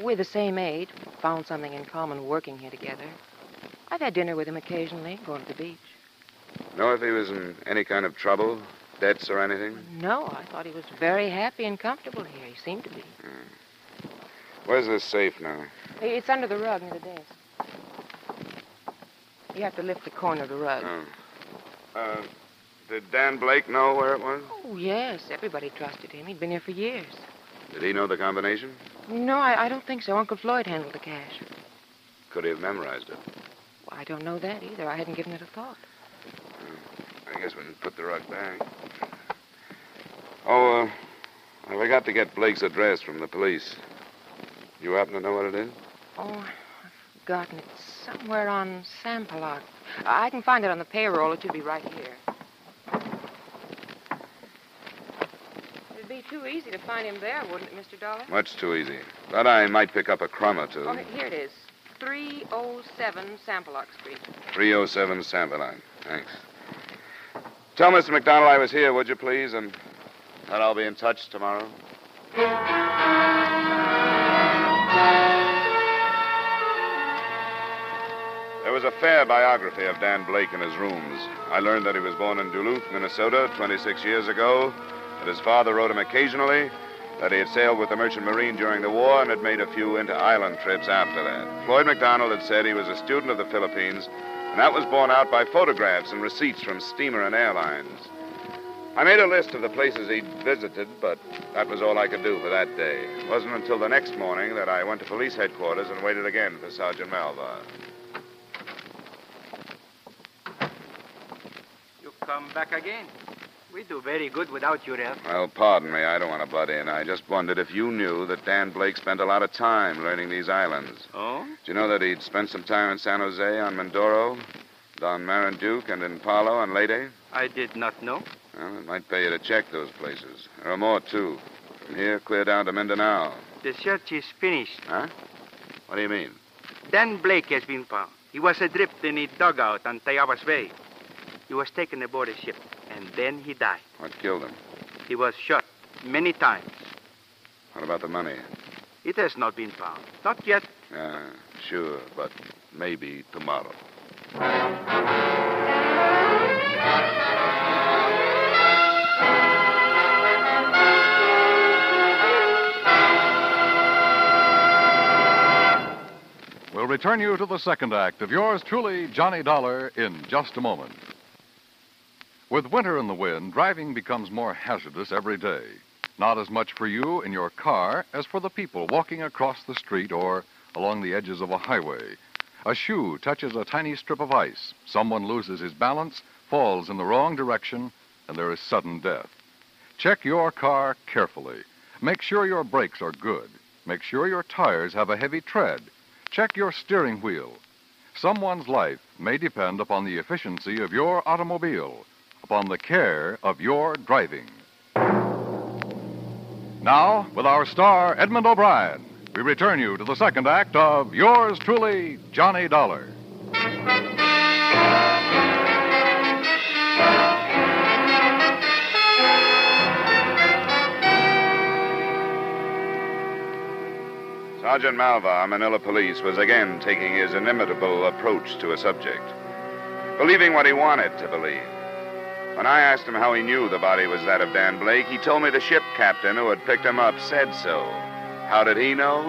We're the same age, found something in common working here together. I've had dinner with him occasionally, going to the beach.
Know if he was in any kind of trouble, debts or anything?
No, I thought he was very happy and comfortable here. He seemed to be.
Hmm. Where's this safe now?
It's under the rug near the desk. You have to lift the corner of the rug.
Oh. Uh, did Dan Blake know where it was?
Oh, yes. Everybody trusted him. He'd been here for years.
Did he know the combination?
No, I, I don't think so. Uncle Floyd handled the cash.
Could he have memorized it?
Well, I don't know that either. I hadn't given it a thought.
I guess we can put the rug back. Oh, uh, I forgot to get Blake's address from the police. You happen to know what it is?
Oh, I've forgotten. It's somewhere on Sampaloc. I can find it on the payroll. It should be right here. It'd be too easy to find him there, wouldn't it, Mr. Dollar?
Much too easy. But I might pick up a crumb or two.
Oh, he- here it is. 307 Sampaloc Street.
307 Sambalon. oh Thanks. Tell Mr. McDonald I was here, would you please? And that I'll be in touch tomorrow. There was a fair biography of Dan Blake in his rooms. I learned that he was born in Duluth, Minnesota, 26 years ago, that his father wrote him occasionally, that he had sailed with the Merchant Marine during the war and had made a few inter island trips after that. Floyd McDonald had said he was a student of the Philippines, and that was borne out by photographs and receipts from steamer and airlines. I made a list of the places he'd visited, but that was all I could do for that day. It wasn't until the next morning that I went to police headquarters and waited again for Sergeant Malvar.
You come back again. We do very good without you, Ralph.
Well, pardon me. I don't want to butt in. I just wondered if you knew that Dan Blake spent a lot of time learning these islands.
Oh?
Do you know that he'd spent some time in San Jose, on Mindoro, on Marinduque, and in Palo and Leyte?
I did not know.
Well, it might pay you to check those places. There are more, too. From here, clear down to Mindanao.
The search is finished.
Huh? What do you mean?
Dan Blake has been found. He was adrift in a dugout on Tayabas Bay. He was taken aboard a ship, and then he died.
What killed him?
He was shot many times.
What about the money?
It has not been found. Not yet.
Uh, sure, but maybe tomorrow.
We'll return you to the second act of yours truly, Johnny Dollar, in just a moment. With winter in the wind, driving becomes more hazardous every day. Not as much for you in your car as for the people walking across the street or along the edges of a highway. A shoe touches a tiny strip of ice, someone loses his balance, falls in the wrong direction, and there is sudden death. Check your car carefully. Make sure your brakes are good. Make sure your tires have a heavy tread. Check your steering wheel. Someone's life may depend upon the efficiency of your automobile, upon the care of your driving. Now, with our star, Edmund O'Brien, we return you to the second act of yours truly, Johnny Dollar.
Sergeant Malvar, Manila Police, was again taking his inimitable approach to a subject, believing what he wanted to believe. When I asked him how he knew the body was that of Dan Blake, he told me the ship captain who had picked him up said so. How did he know?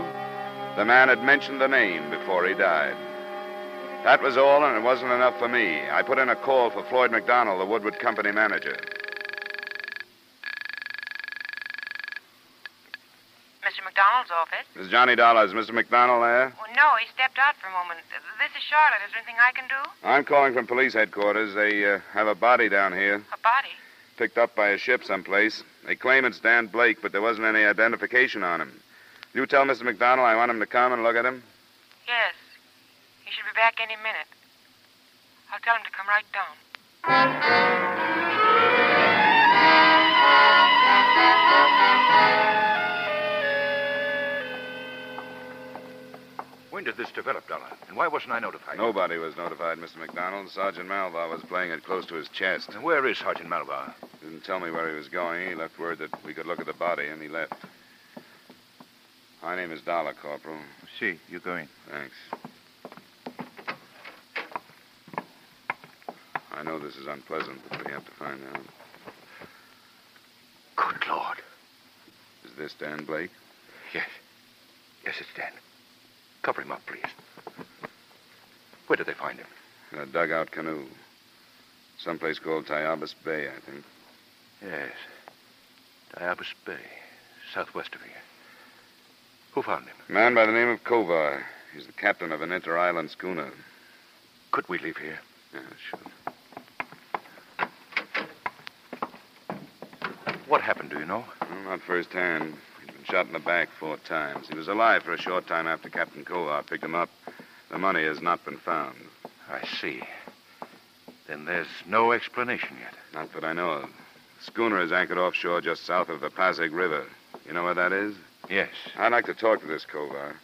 The man had mentioned the name before he died. That was all, and it wasn't enough for me. I put in a call for Floyd McDonald, the Woodward Company manager.
Mr. McDonald's office?
This is Johnny Dollars. Mr. McDonald there?
Well, no, he stepped out for a moment. This is Charlotte. Is there anything I can do?
I'm calling from police headquarters. They uh, have a body down here.
A body?
Picked up by a ship someplace. They claim it's Dan Blake, but there wasn't any identification on him. You tell Mr. McDonald I want him to come and look at him?
Yes. He should be back any minute. I'll tell him to come right down.
When did this develop, Dollar? And why wasn't I notified?
Nobody was notified, Mr. McDonald. Sergeant Malvar was playing it close to his chest.
And where is Sergeant Malvar?
Didn't tell me where he was going. He left word that we could look at the body, and he left. My name is Dollar, Corporal.
See, you go in.
Thanks. I know this is unpleasant, but we have to find out.
Good Lord.
Is this Dan Blake?
Yes. Yes, it's Dan. Cover him up, please. Where did they find him?
In a dugout canoe. Someplace called Tayabas Bay, I think.
Yes. Diabas Bay, southwest of here. Who found him?
A man by the name of Kovar. He's the captain of an inter island schooner.
Could we leave here?
Yeah, sure.
What happened, do you know?
Well, not first hand. He'd been shot in the back four times. He was alive for a short time after Captain Kovar picked him up. The money has not been found.
I see. Then there's no explanation yet.
Not that I know of. The schooner is anchored offshore just south of the Pasig River. You know where that is?
Yes.
I'd like to talk to this Kovar.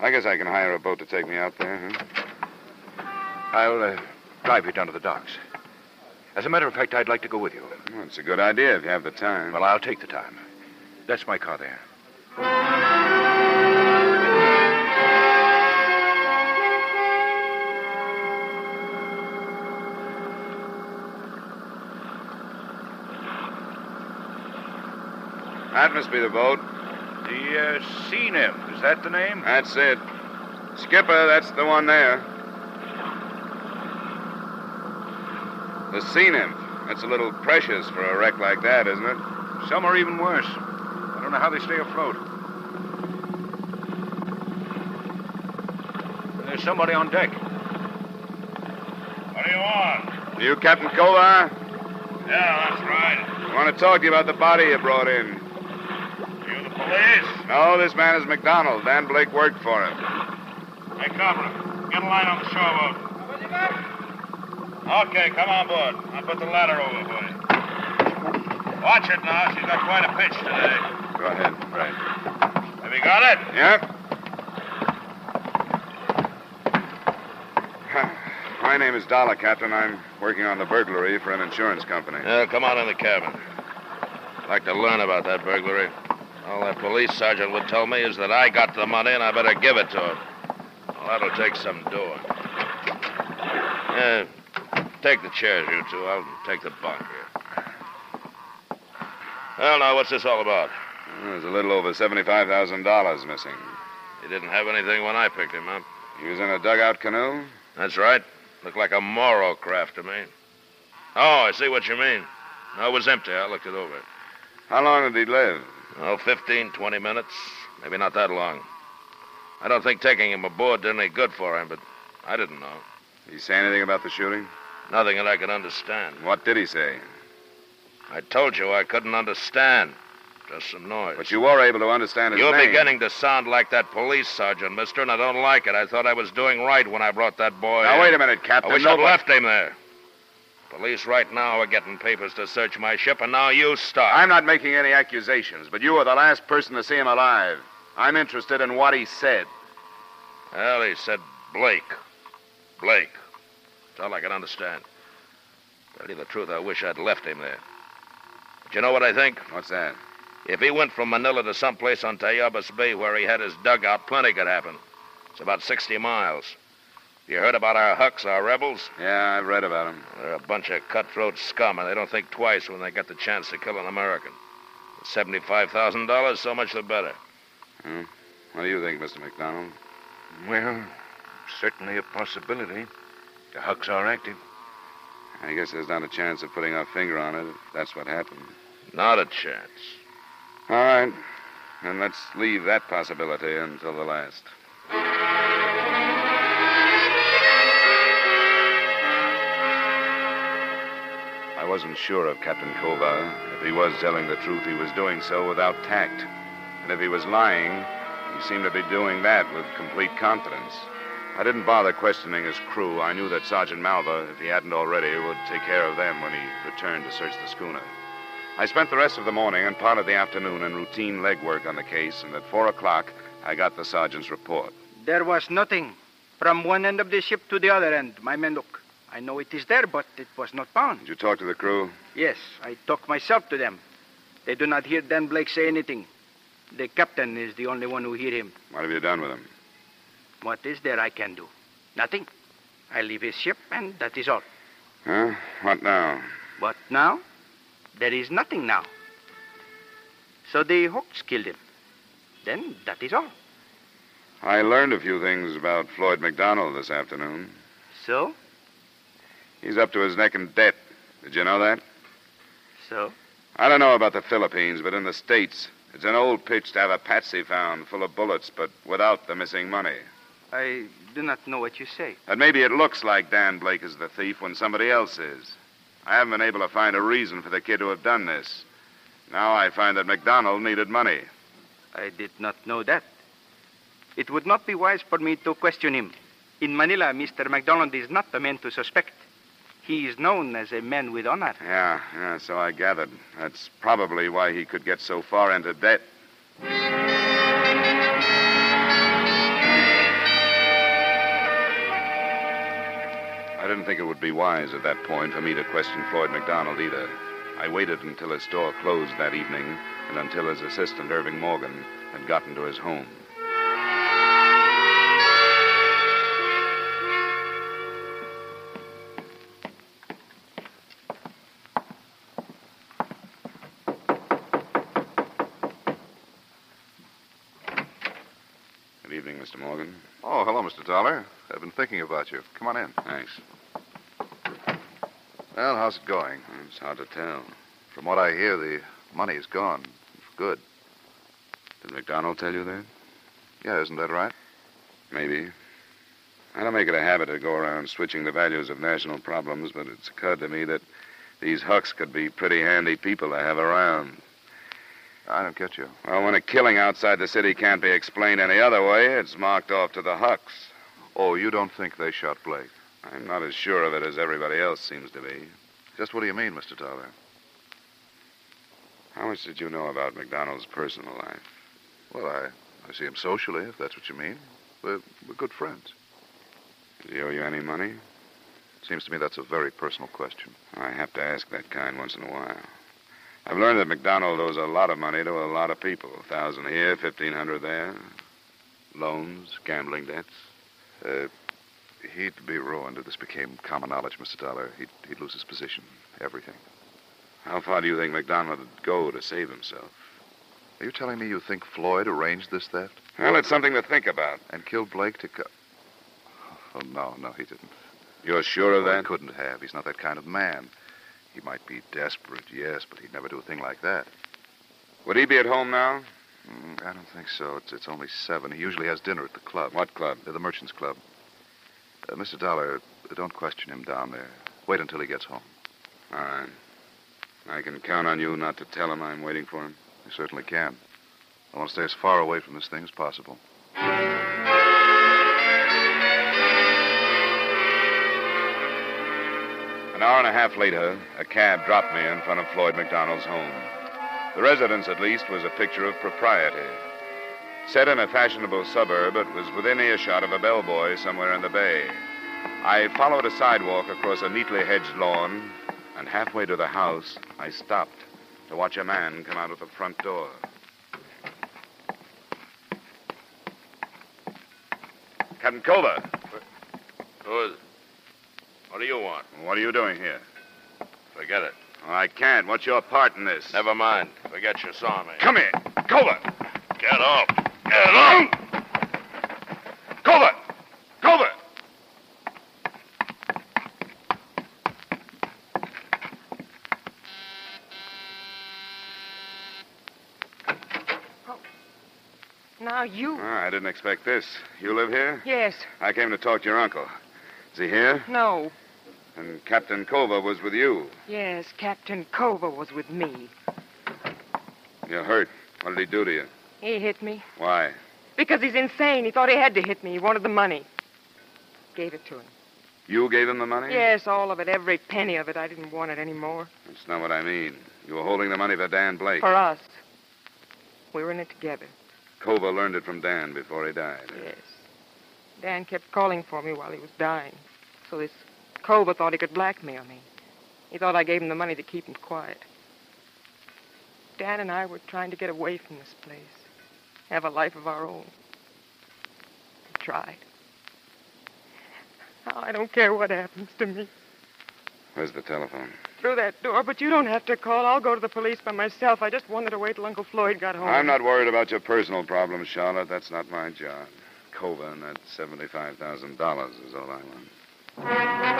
I guess I can hire a boat to take me out there, huh?
I'll uh, drive you down to the docks. As a matter of fact, I'd like to go with you.
Well, it's a good idea if you have the time.
Well, I'll take the time. That's my car there.
That must be the boat.
The uh, sea nymph, is that the name?
That's it. Skipper, that's the one there. The sea nymph. That's a little precious for a wreck like that, isn't it?
Some are even worse. I don't know how they stay afloat. There's somebody on deck.
What do you want?
You, Captain Kovar?
Yeah, that's right.
I want to talk to you about the body you brought in.
You the police?
No, this man is McDonald. Dan Blake worked for him.
Hey, Cobra, get a line on the shore boat. Okay, come on board. I'll put the ladder over for you. Watch it now. She's got quite a pitch today.
Go ahead. Right.
Have you got it?
Yep. My name is Dollar, Captain. I'm working on the burglary for an insurance company.
Yeah, Uh, come on in the cabin. I'd like to learn about that burglary. All that police sergeant would tell me is that I got the money and I better give it to him. Well, that'll take some doing. Yeah, take the chairs, you two. I'll take the bunk here. Well, now, what's this all about?
There's a little over $75,000 missing.
He didn't have anything when I picked him up.
He was in a dugout canoe?
That's right. Looked like a Morro craft to me. Oh, I see what you mean. No, it was empty. I looked it over.
How long did he live?
Oh, 15, 20 minutes. Maybe not that long. I don't think taking him aboard did any good for him, but I didn't know.
Did he say anything about the shooting?
Nothing that I could understand.
What did he say?
I told you I couldn't understand. Just some noise.
But you were able to understand his
You're
name.
beginning to sound like that police sergeant, mister, and I don't like it. I thought I was doing right when I brought that boy.
Now,
in.
wait a minute, Captain.
I wish
Nobody-
I'd left him there. Police right now are getting papers to search my ship, and now you start.
I'm not making any accusations, but you were the last person to see him alive. I'm interested in what he said.
Well, he said Blake. Blake. That's all I can understand. Tell you the truth, I wish I'd left him there. But you know what I think?
What's that?
If he went from Manila to someplace on Tayabas Bay where he had his dugout, plenty could happen. It's about 60 miles. You heard about our Hucks, our rebels?
Yeah, I've read about them.
They're a bunch of cutthroat scum, and they don't think twice when they get the chance to kill an American. $75,000, so much the better.
Hmm. What do you think, Mr. McDonald?
Well, certainly a possibility. The Hucks are active.
I guess there's not a chance of putting our finger on it if that's what happened.
Not a chance.
All right. Then let's leave that possibility until the last. I wasn't sure of Captain Kovar. If he was telling the truth, he was doing so without tact. And if he was lying, he seemed to be doing that with complete confidence. I didn't bother questioning his crew. I knew that Sergeant Malva, if he hadn't already, would take care of them when he returned to search the schooner. I spent the rest of the morning and part of the afternoon in routine legwork on the case, and at four o'clock, I got the sergeant's report.
There was nothing. From one end of the ship to the other end, my men look. I know it is there, but it was not found.
Did you talk to the crew?
Yes, I talk myself to them. They do not hear Dan Blake say anything. The captain is the only one who hear him.
What have you done with him?
What is there I can do? Nothing. I leave his ship, and that is all.
Huh? What now?
What now? There is nothing now. So the Hawks killed him. Then that is all.
I learned a few things about Floyd McDonald this afternoon.
So?
He's up to his neck in debt. Did you know that?
So?
I don't know about the Philippines, but in the States, it's an old pitch to have a patsy found full of bullets, but without the missing money.
I do not know what you say.
But maybe it looks like Dan Blake is the thief when somebody else is. I haven't been able to find a reason for the kid to have done this. Now I find that McDonald needed money.
I did not know that. It would not be wise for me to question him. In Manila, Mr. McDonald is not the man to suspect. He is known as a man with honor.
Yeah, yeah, so I gathered. That's probably why he could get so far into debt. I didn't think it would be wise at that point for me to question Floyd McDonald either. I waited until his store closed that evening and until his assistant, Irving Morgan, had gotten to his home. Good evening, Mr. Morgan.
Oh, hello, Mr. Dollar. I've been thinking about you. Come on in.
Thanks.
Well, how's it going?
It's hard to tell.
From what I hear, the money's gone. For good.
Did McDonald tell you that?
Yeah, isn't that right?
Maybe. I don't make it a habit to go around switching the values of national problems, but it's occurred to me that these Hucks could be pretty handy people to have around.
I don't get you.
Well, when a killing outside the city can't be explained any other way, it's marked off to the Hucks.
Oh, you don't think they shot Blake?
I'm not as sure of it as everybody else seems to be.
Just what do you mean, Mr. Dollar?
How much did you know about McDonald's personal life?
Well, I, I see him socially, if that's what you mean. We're, we're good friends.
Does he owe you any money?
Seems to me that's a very personal question.
I have to ask that kind once in a while. I've learned that McDonald owes a lot of money to a lot of people. A thousand here, fifteen hundred there. Loans, gambling debts.
Uh, he'd be ruined if this became common knowledge, Mr. Dollar. He'd, he'd lose his position, everything.
How far do you think McDonald would go to save himself?
Are you telling me you think Floyd arranged this theft?
Well, it's something to think about.
And killed Blake to cut. Co- oh, no, no, he didn't.
You're sure of
well,
that?
He couldn't have. He's not that kind of man. He might be desperate, yes, but he'd never do a thing like that.
Would he be at home now?
Mm, I don't think so. It's, it's only seven. He usually has dinner at the club.
What club?
Uh, the Merchants Club. Uh, Mr. Dollar, don't question him down there. Wait until he gets home.
All right. I can count on you not to tell him I'm waiting for him.
You certainly can. I want to stay as far away from this thing as possible.
An hour and a half later, a cab dropped me in front of Floyd McDonald's home. The residence, at least, was a picture of propriety. Set in a fashionable suburb, it was within earshot of a bellboy somewhere in the bay. I followed a sidewalk across a neatly hedged lawn, and halfway to the house, I stopped. to watch a man come out of the front door. Captain Culver,
Who is it? What do you want?
what are you doing here?
Forget it.
Oh, I can't. What's your part in this?
Never mind. Forget you saw me.
Come here. Culver.
Get off. Get off.
Culver. Culver.
Oh.
Now you.
Ah, I didn't expect this. You live here?
Yes.
I came to talk to your uncle. Is he here?
No.
And Captain Culver was with you.
Yes, Captain Culver was with me.
You're hurt. What did he do to you?
He hit me.
Why?
Because he's insane. He thought he had to hit me. He wanted the money. Gave it to him.
You gave him the money?
Yes, all of it, every penny of it. I didn't want it anymore.
That's not what I mean. You were holding the money for Dan Blake.
For us. We were in it together.
Culver learned it from Dan before he died.
Yes. Dan kept calling for me while he was dying. So this Culver thought he could blackmail me. He thought I gave him the money to keep him quiet. Dan and I were trying to get away from this place, have a life of our own. We tried. Now I don't care what happens to me
Where's the telephone?
through that door, but you don't have to call. I'll go to the police by myself. I just wanted to wait till Uncle Floyd got
Oh.
home.
I'm not worried about your personal problems, Charlotte. That's not my job. Culver and that $75,000 is all I want.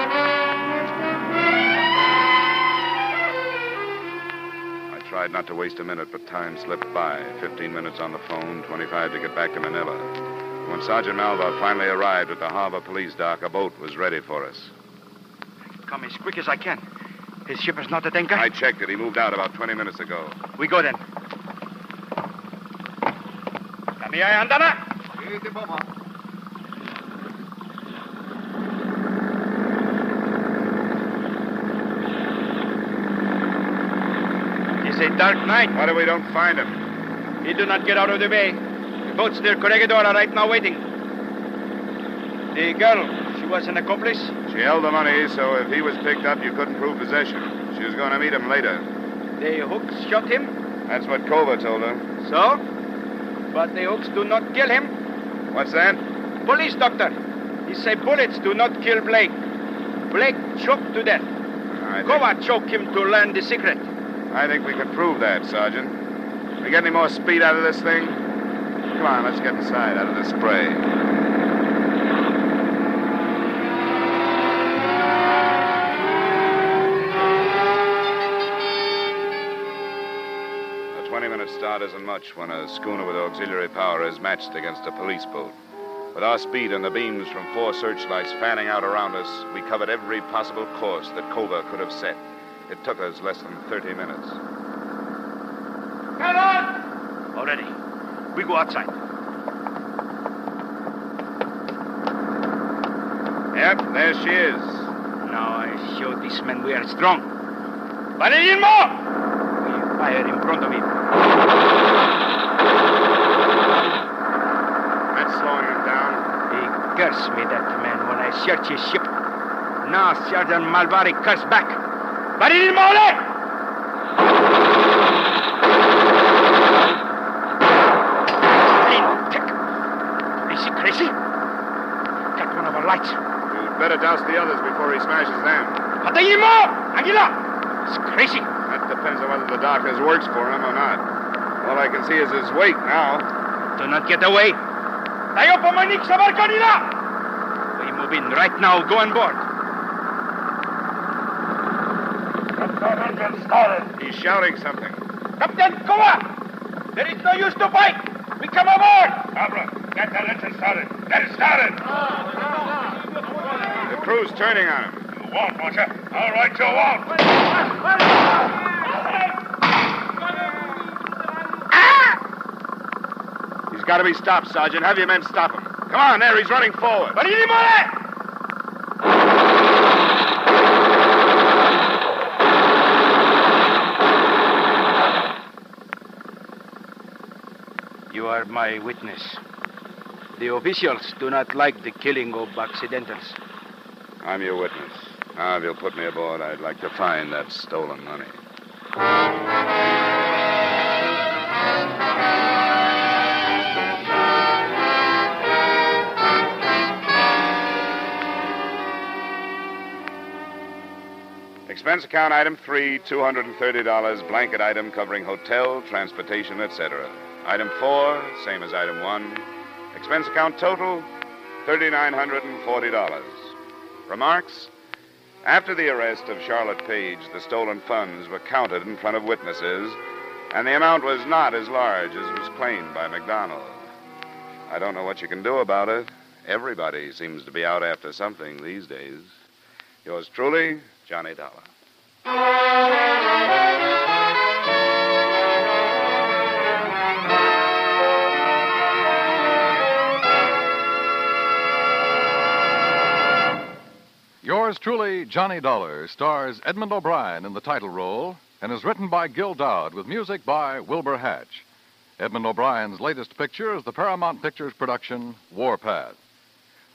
I tried not to waste a minute, but time slipped by. Fifteen minutes on the phone, 25 to get back to Manila. When Sergeant Malva finally arrived at the harbor police dock, a boat was ready for us.
Come as quick as I can. His ship is not at anchor.
I checked it. He moved out about 20 minutes ago.
We go then. Kamiya andana. It's a dark night.
Why do we don't find him?
He do not get out of the bay. The boats near Corregidora right now waiting. The girl, she was an accomplice.
She held the money, so if he was picked up, you couldn't prove possession. She was going to meet him later.
The hooks shot him.
That's what Culver told her.
So? But the hooks do not kill him.
What's that?
Police doctor. He say bullets do not kill Blake. Blake choked to death. Kova choked him to learn the secret.
I think we can prove that, Sergeant. We get any more speed out of this thing? Come on, let's get inside out of the spray. A 20 minute start isn't much when a schooner with auxiliary power is matched against a police boat. With our speed and the beams from four searchlights fanning out around us, we covered every possible course that Culver could have set. It took us less than 30 minutes.
Get on! Already. We go outside.
Yep, there she is.
Now I show this man we are strong. Valerian more! We fire in front of him.
That's slowing him down.
He cursed me, that man, when I searched his ship. Now Sergeant Malvari cursed back. Valerian more! Is he crazy? Cut one of our lights.
You'd better douse the others before he smashes them.
Valerian more! Aguila! He's crazy.
That depends on whether the darkness works for him or not. All I can see is his wake now.
Do not get away. Tayo pumanik sa barkanila! We move in right now. Go on board.
He's shouting something.
Captain, go up! There is no use to fight. We come aboard. Abra, get the lantern started. Get it started.
The crew's turning on him.
You won't, won't you? All right, you won't.
He's got to be stopped, Sergeant. Have your men stop him. Come on, there. He's running forward. But
You are my witness. The officials do not like the killing of accidentals.
I'm your witness. Ah, Now, if you'll put me aboard, I'd like to find that stolen money. Expense account item three, $230 blanket item covering hotel, transportation, etc. Item four, same as item one. Expense account total, $3,940. Remarks? After the arrest of Charlotte Page, the stolen funds were counted in front of witnesses, and the amount was not as large as was claimed by McDonald. I don't know what you can do about it. Everybody seems to be out after something these days. Yours truly, Johnny Dollar.
Yours truly, Johnny Dollar, stars Edmund O'Brien in the title role and is written by Gil Dowd with music by Wilbur Hatch. Edmund O'Brien's latest picture is the Paramount Pictures production, Warpath.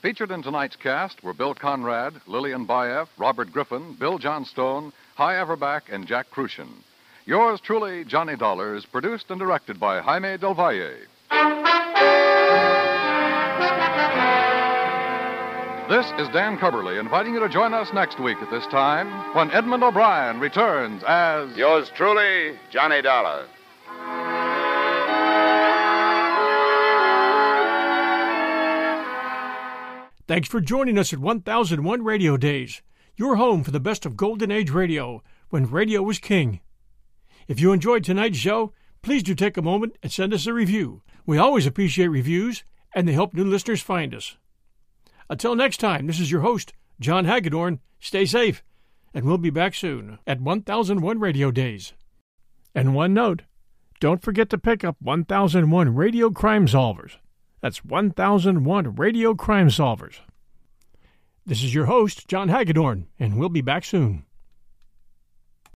Featured in tonight's cast were Bill Conrad, Lillian Bayef, Robert Griffin, Bill Johnstone, High Everback, and Jack Crucian. Yours truly, Johnny Dollar, is produced and directed by Jaime Del Valle. This is Dan Cumberly inviting you to join us next week at this time when Edmund O'Brien returns as.
Yours truly, Johnny Dollar.
Thanks for joining us at 1001 Radio Days, your home for the best of Golden Age radio, when radio was king. If you enjoyed tonight's show, please do take a moment and send us a review. We always appreciate reviews, and they help new listeners find us. Until next time, this is your host, John Hagedorn. Stay safe, and we'll be back soon at 1001 Radio Days. And one note don't forget to pick up 1001 Radio Crime Solvers. That's 1001 Radio Crime Solvers. This is your host, John Hagedorn, and we'll be back soon.